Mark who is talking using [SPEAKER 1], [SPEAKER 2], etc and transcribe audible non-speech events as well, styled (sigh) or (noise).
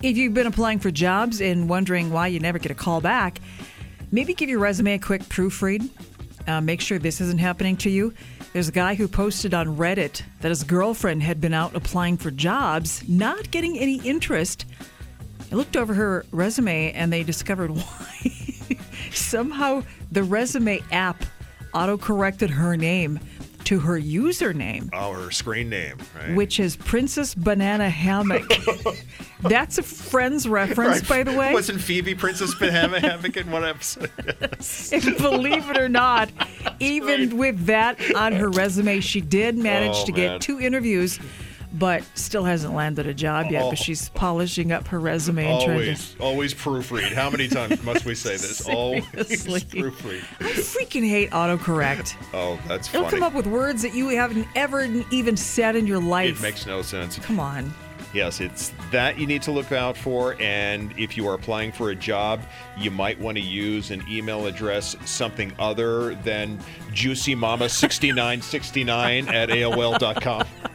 [SPEAKER 1] if you've been applying for jobs and wondering why you never get a call back, maybe give your resume a quick proofread. Uh, make sure this isn't happening to you. There's a guy who posted on Reddit that his girlfriend had been out applying for jobs, not getting any interest. I looked over her resume and they discovered (laughs) why. Somehow the resume app auto corrected her name to her username
[SPEAKER 2] Our screen name, right?
[SPEAKER 1] which is Princess Banana
[SPEAKER 2] (laughs)
[SPEAKER 1] Hammock. That's a Friends reference, by the way. (laughs)
[SPEAKER 2] Wasn't Phoebe Princess Banana Havoc in one episode?
[SPEAKER 1] And believe it or
[SPEAKER 2] (laughs)
[SPEAKER 1] not, even
[SPEAKER 2] right.
[SPEAKER 1] with that on her resume, she did manage
[SPEAKER 2] Oh,
[SPEAKER 1] to
[SPEAKER 2] man.
[SPEAKER 1] get two interviews, but still hasn't landed a job yet. But she's polishing up her resume and trying to.
[SPEAKER 2] Oh. Always, always proofread. How many times must we
[SPEAKER 1] (laughs)
[SPEAKER 2] say this? Always
[SPEAKER 1] Seriously.
[SPEAKER 2] proofread.
[SPEAKER 1] (laughs) I freaking hate autocorrect.
[SPEAKER 2] Oh, that's
[SPEAKER 1] It'll
[SPEAKER 2] funny.
[SPEAKER 1] come up with words that you haven't ever even said in your life.
[SPEAKER 2] it makes no sense.
[SPEAKER 1] Come on.
[SPEAKER 2] Yes, it's that you need to look out for. And if you are applying for a job, you might want to use an email address, something
[SPEAKER 1] (laughs)
[SPEAKER 2] other than juicymama6969 at AOL.com.